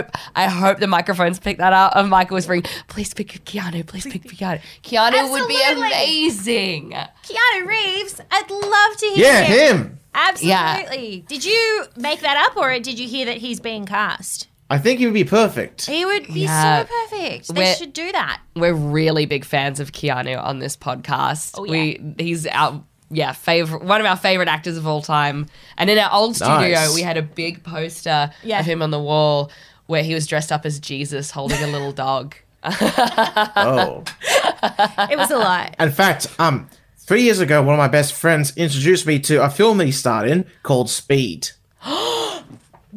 Speaker 2: hope, I hope the microphones pick that up. And Michael whispering, please pick Keanu, please pick Keanu. Keanu would be
Speaker 1: Absolutely.
Speaker 2: amazing.
Speaker 1: Keanu Reeves, I'd love to hear
Speaker 3: Yeah,
Speaker 1: him.
Speaker 3: him.
Speaker 1: Absolutely. Did you make that up or did you hear that he's being cast?
Speaker 3: I think he would be perfect.
Speaker 1: He would be so
Speaker 2: Yeah.
Speaker 1: perfect. They
Speaker 2: We're-
Speaker 1: should do that.
Speaker 2: We're really big fans of Keanu on this podcast.
Speaker 1: yeah.
Speaker 2: We he's our yeah, favorite one of our favorite actors of all time. And in our old
Speaker 3: Nice.
Speaker 2: studio, we had a big poster
Speaker 1: Yeah.
Speaker 2: of him on the wall where he was dressed up as Jesus holding a little dog.
Speaker 3: Oh.
Speaker 1: It was a lot.
Speaker 3: In fact, um, three years ago, one of my best friends introduced me to a film he starred in called Speed.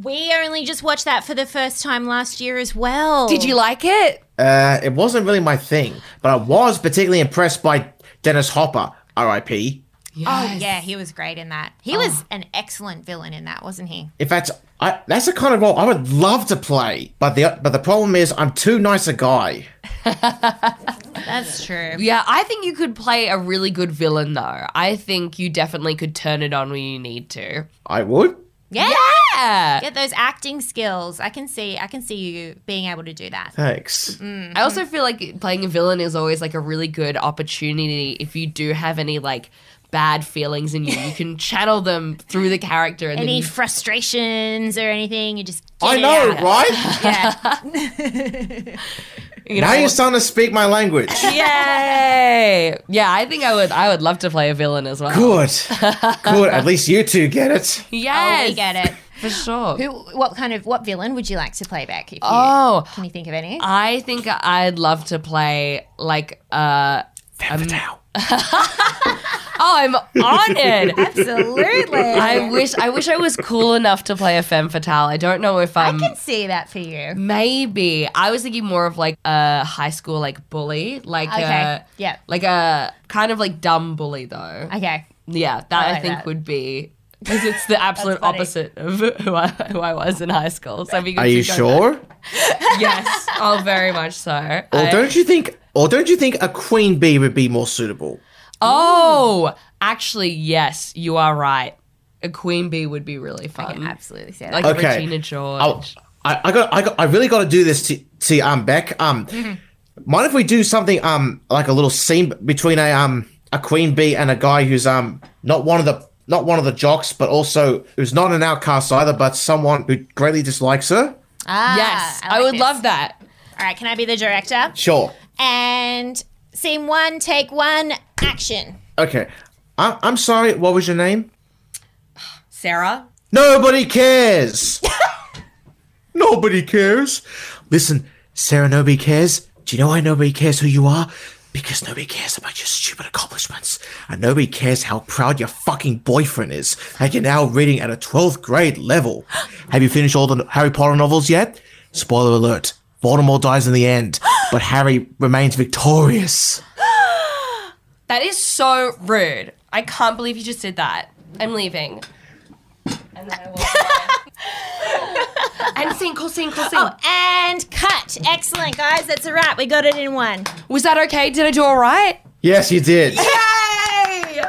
Speaker 1: we only just watched that for the first time last year as well.
Speaker 2: Did you like it?
Speaker 3: Uh, it wasn't really my thing, but I was particularly impressed by Dennis Hopper, R.I.P.
Speaker 1: Oh yeah, he was great in that. He was an excellent villain in that, wasn't he?
Speaker 3: In fact, I, that's the kind of role I would love to play, but the but the problem is I'm too nice a guy.
Speaker 1: That's true.
Speaker 2: Yeah, I think you could play a really good villain though. I think you definitely could turn it on when you need to.
Speaker 3: I would.
Speaker 1: Yeah.
Speaker 2: Yeah.
Speaker 1: Get those acting skills. I can see I can see you being able to do that.
Speaker 3: Thanks.
Speaker 2: I also feel like playing a villain is always like a really good opportunity if you do have any like bad feelings in you. You can channel them through the character and then
Speaker 1: Any
Speaker 2: you
Speaker 1: frustrations or anything, you just get oh,
Speaker 3: I
Speaker 1: it
Speaker 3: know,
Speaker 1: out.
Speaker 3: right?
Speaker 1: Yeah.
Speaker 2: you
Speaker 3: now
Speaker 2: know.
Speaker 3: you're starting to speak my language.
Speaker 2: Yay! Yeah, I think I would. I would love to play a villain as well.
Speaker 3: Good. Good. At least you two get it.
Speaker 2: Yes,
Speaker 1: We get it.
Speaker 2: for sure.
Speaker 1: Who, what kind of what villain would you like to play back? If you,
Speaker 2: Oh,
Speaker 1: can you think of any?
Speaker 2: I think I'd love to play like uh. I'm, oh, I'm honored.
Speaker 1: Absolutely, I
Speaker 2: I wish I wish I was cool enough to play a femme fatale. I don't know if I'm.
Speaker 1: can see that for you.
Speaker 2: Maybe I was thinking more of like a high school like bully, like
Speaker 1: Okay,
Speaker 2: a
Speaker 1: yeah.
Speaker 2: like a kind of like dumb bully though.
Speaker 1: Okay,
Speaker 2: yeah, that I,
Speaker 1: like
Speaker 2: think
Speaker 1: that.
Speaker 2: would be because it's the absolute
Speaker 1: funny.
Speaker 2: opposite of who I who I was in high school. So it'd be good
Speaker 3: Are
Speaker 2: to
Speaker 3: you
Speaker 2: go
Speaker 3: sure?
Speaker 2: back. Yes, oh, very much so. Uh,
Speaker 3: Or
Speaker 2: I-
Speaker 3: don't you think? Or don't you think a queen bee would be more suitable?
Speaker 2: oh, actually, yes, you are right. A queen bee would be really fun,
Speaker 1: absolutely. See that.
Speaker 2: Mm. like
Speaker 3: Okay.
Speaker 2: Regina George.
Speaker 3: Oh, I, I got, I got, I really got to do this to, to um Beck. Um, mind if we do something um like a little scene between a um a queen bee and a guy who's um not one of the not one of the jocks, but also who's not an outcast either, but someone who greatly dislikes her.
Speaker 1: Ah,
Speaker 2: yes, I,
Speaker 1: like
Speaker 2: would
Speaker 1: this.
Speaker 2: love that.
Speaker 1: All right, can I be the director?
Speaker 3: Sure.
Speaker 1: And scene one, take one, action.
Speaker 3: Okay. I'm, I'm sorry. What was your name?
Speaker 2: Sarah,
Speaker 3: Nobody cares. nobody cares. Listen, Sarah, nobody cares. Do you know why nobody cares who you are? Because nobody cares about your stupid accomplishments. And nobody cares how proud your fucking boyfriend is. And you're now reading at a 12th grade level. Have you finished all the Harry Potter novels yet? Spoiler alert Voldemort dies in the end, but Harry remains victorious.
Speaker 2: That is so rude. I can't believe you just did that. I'm leaving. And then I walk away. and sing, call, sing, call, sing.
Speaker 1: And cut. Excellent, guys. That's a wrap. We got it in one.
Speaker 2: was that okay? Did I do all right?
Speaker 3: Yes, you did.
Speaker 2: Yay!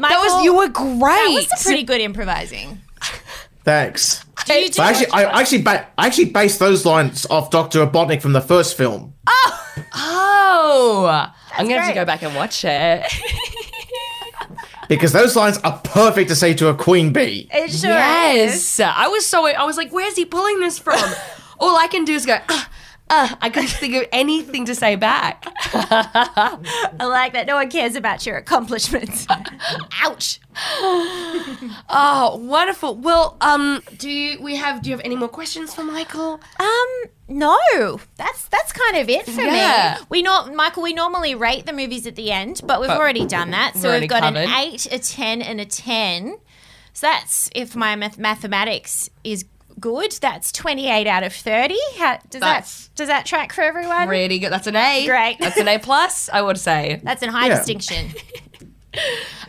Speaker 1: Michael,
Speaker 2: was You were great.
Speaker 1: That was some pretty good improvising.
Speaker 3: Thanks.
Speaker 1: Do you do
Speaker 3: But actually, I actually, ba- I actually based those lines off Doctor Robotnik from the first film.
Speaker 2: oh, I'm gonna have to
Speaker 1: great.
Speaker 2: go back and watch it.
Speaker 3: because those lines are perfect to say to a queen bee.
Speaker 1: It sure is.
Speaker 2: Yes, I was so. I was like, "Where's he pulling this from?" All I can do is go. Ah, ah. I couldn't think of anything to say back.
Speaker 1: I like that. No one cares about your accomplishments.
Speaker 2: Ouch. oh, wonderful. Well, um, do you, we have? Do you have any more questions for Michael?
Speaker 1: um, no, that's that's kind of it for
Speaker 2: Yeah.
Speaker 1: me. We not Michael. We normally rate the movies at the end, but we've already done that. So
Speaker 2: already
Speaker 1: we've got an
Speaker 2: covered.
Speaker 1: eight, a ten, and a ten. So that's if my math- mathematics is good. That's twenty-eight out of thirty. How, does
Speaker 2: That's-
Speaker 1: that does that track for everyone?
Speaker 2: Really good. That's an A.
Speaker 1: Great.
Speaker 2: That's an A plus. I would say.
Speaker 1: That's in high
Speaker 3: Yeah.
Speaker 1: distinction.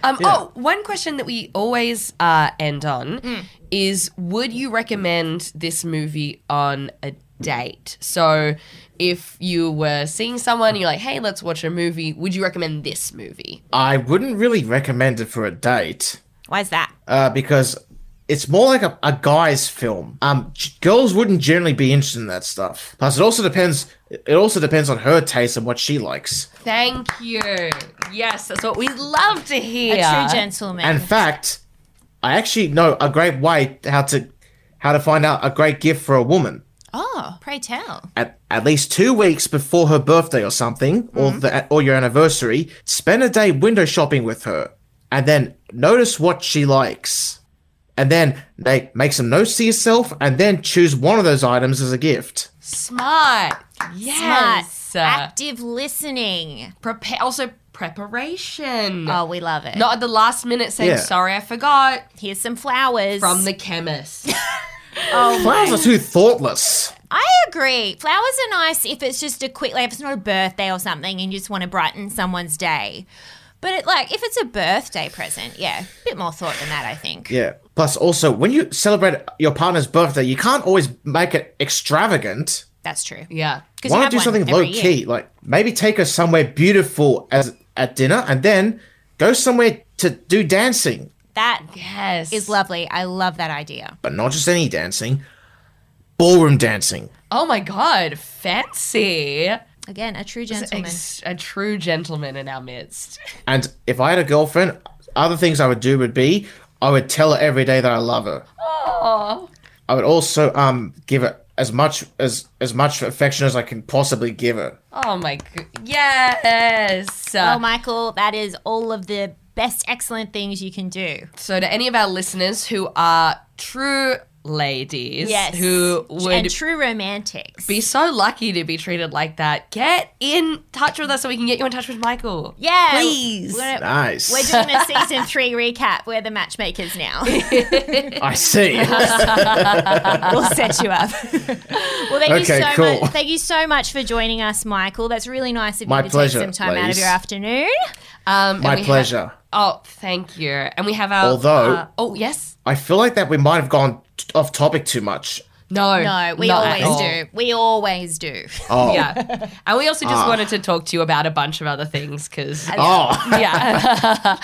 Speaker 2: Um, Oh, one question that we always uh, end on is Would you recommend this movie on a date? So, if you were seeing someone, you're like, hey, let's watch a movie, would you recommend this movie?
Speaker 3: I wouldn't really recommend it for a date
Speaker 1: Why's that?
Speaker 3: uh, because it's more like a, a guy's film. Um, g- girls wouldn't generally be interested in that stuff. Plus, it also depends. It also depends on her taste and what she likes.
Speaker 2: Thank you. Yes, that's what we love to hear.
Speaker 1: A true gentleman.
Speaker 3: And in fact, I actually know a great way how to how to find out a great gift for a woman.
Speaker 1: oh, pray tell.
Speaker 3: at, at least two weeks before her birthday or something, or the, or your anniversary, spend a day window shopping with her, and then notice what she likes, and then make make some notes to yourself, and then choose one of those items as a gift.
Speaker 2: Smart.
Speaker 1: Smart,
Speaker 2: Yes. Uh,
Speaker 1: active listening.
Speaker 2: prepa- also, preparation.
Speaker 1: Oh, we love it.
Speaker 2: Not at the last minute saying,
Speaker 3: Yeah.
Speaker 2: sorry, I forgot.
Speaker 1: Here's some flowers.
Speaker 2: From the chemist.
Speaker 3: Flowers are too thoughtless.
Speaker 1: I agree. Flowers are nice if it's just a quick, like if it's not a birthday or something and you just want to brighten someone's day. But it, like if it's a birthday present, yeah, a bit more thought than that, I think.
Speaker 3: Yeah. Plus, also when you celebrate your partner's birthday, you can't always make it extravagant.
Speaker 1: That's true.
Speaker 2: yeah.
Speaker 1: Because
Speaker 3: Why not do something low key? Like maybe take her somewhere beautiful as at dinner, and then go somewhere to do dancing.
Speaker 1: That is
Speaker 2: Yes.
Speaker 1: lovely. I love that idea.
Speaker 3: but not just any dancing, ballroom dancing.
Speaker 2: Oh my god, fancy.
Speaker 1: Again, a true gentleman.
Speaker 2: Ex- a true gentleman in our midst.
Speaker 3: And if I had a girlfriend, other things I would do would be I would tell her every day that I love her.
Speaker 2: Oh.
Speaker 3: I would also um give her as much as as much affection as I can possibly give her.
Speaker 2: Oh my god. Yes. Uh,
Speaker 1: well, Michael, that is all of the best excellent things you can do.
Speaker 2: so to any of our listeners who are true ladies
Speaker 1: Yes.
Speaker 2: who would
Speaker 1: and true romantics.
Speaker 2: be so lucky to be treated like that, get in touch with us so we can get you in touch with Michael.
Speaker 1: yeah.
Speaker 2: Please.
Speaker 1: We're gonna-
Speaker 3: Nice.
Speaker 1: We're doing a season three recap. We're the matchmakers now.
Speaker 3: I see.
Speaker 1: we'll set you up. well, thank
Speaker 3: Okay,
Speaker 1: you so
Speaker 3: cool.
Speaker 1: much. Thank you so much for joining us, Michael. That's really nice of
Speaker 3: My
Speaker 1: you to
Speaker 3: pleasure,
Speaker 1: take some time out of
Speaker 3: ladies.
Speaker 1: your afternoon.
Speaker 2: Um, and
Speaker 3: My
Speaker 2: we ha-
Speaker 3: pleasure.
Speaker 2: oh, thank you. And we have our
Speaker 3: Although-
Speaker 2: uh, oh yes.
Speaker 3: I feel like that we might have gone t- off topic too much.
Speaker 2: No.
Speaker 1: No, we
Speaker 2: not at all.
Speaker 1: always do. We always do.
Speaker 3: Oh.
Speaker 2: Yeah. And we also just wanted to talk to you about a bunch of other things because
Speaker 3: Ah. Oh,
Speaker 2: yeah.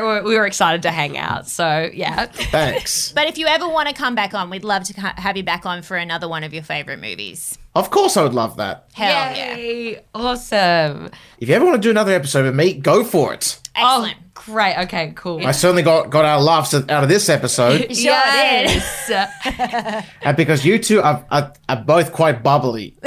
Speaker 2: we're, we're, we were excited to hang out. So, yeah.
Speaker 3: thanks.
Speaker 1: But if you ever want to come back on, we'd love to ca- have you back on for another one of your favorite movies.
Speaker 3: Of course, I would love that.
Speaker 1: Hell yeah.
Speaker 2: Yay. Awesome.
Speaker 3: If you ever want to do another episode with me, go for it.
Speaker 1: Excellent.
Speaker 2: Oh, great. Okay, cool.
Speaker 3: I certainly got got our laughs out of this episode.
Speaker 2: yes.
Speaker 3: And because you two are, are, are both quite bubbly.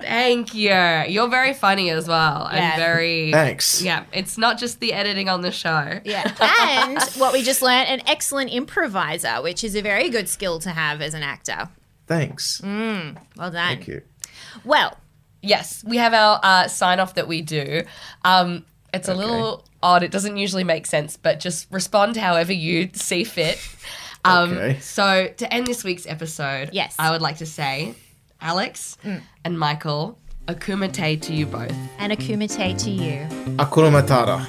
Speaker 2: Thank you. You're very funny as well.
Speaker 1: Yeah.
Speaker 2: And very.
Speaker 3: Thanks.
Speaker 2: Yeah. It's not just the editing on the show.
Speaker 1: Yeah. and what we just learned an excellent improviser, which is a very good skill to have as an actor.
Speaker 3: Thanks.
Speaker 2: Mm.
Speaker 1: Well done.
Speaker 3: Thank you.
Speaker 1: Well,
Speaker 2: Yes. We have our uh, sign off that we do. Um, it's a little odd. It doesn't usually make sense, but just respond however you see fit. Um,
Speaker 3: Okay.
Speaker 2: So, to end this week's episode,
Speaker 1: Yes.
Speaker 2: I would like to say, Alex and Michael, akumite to you both.
Speaker 1: and akumite to you.
Speaker 3: Akuna Matata.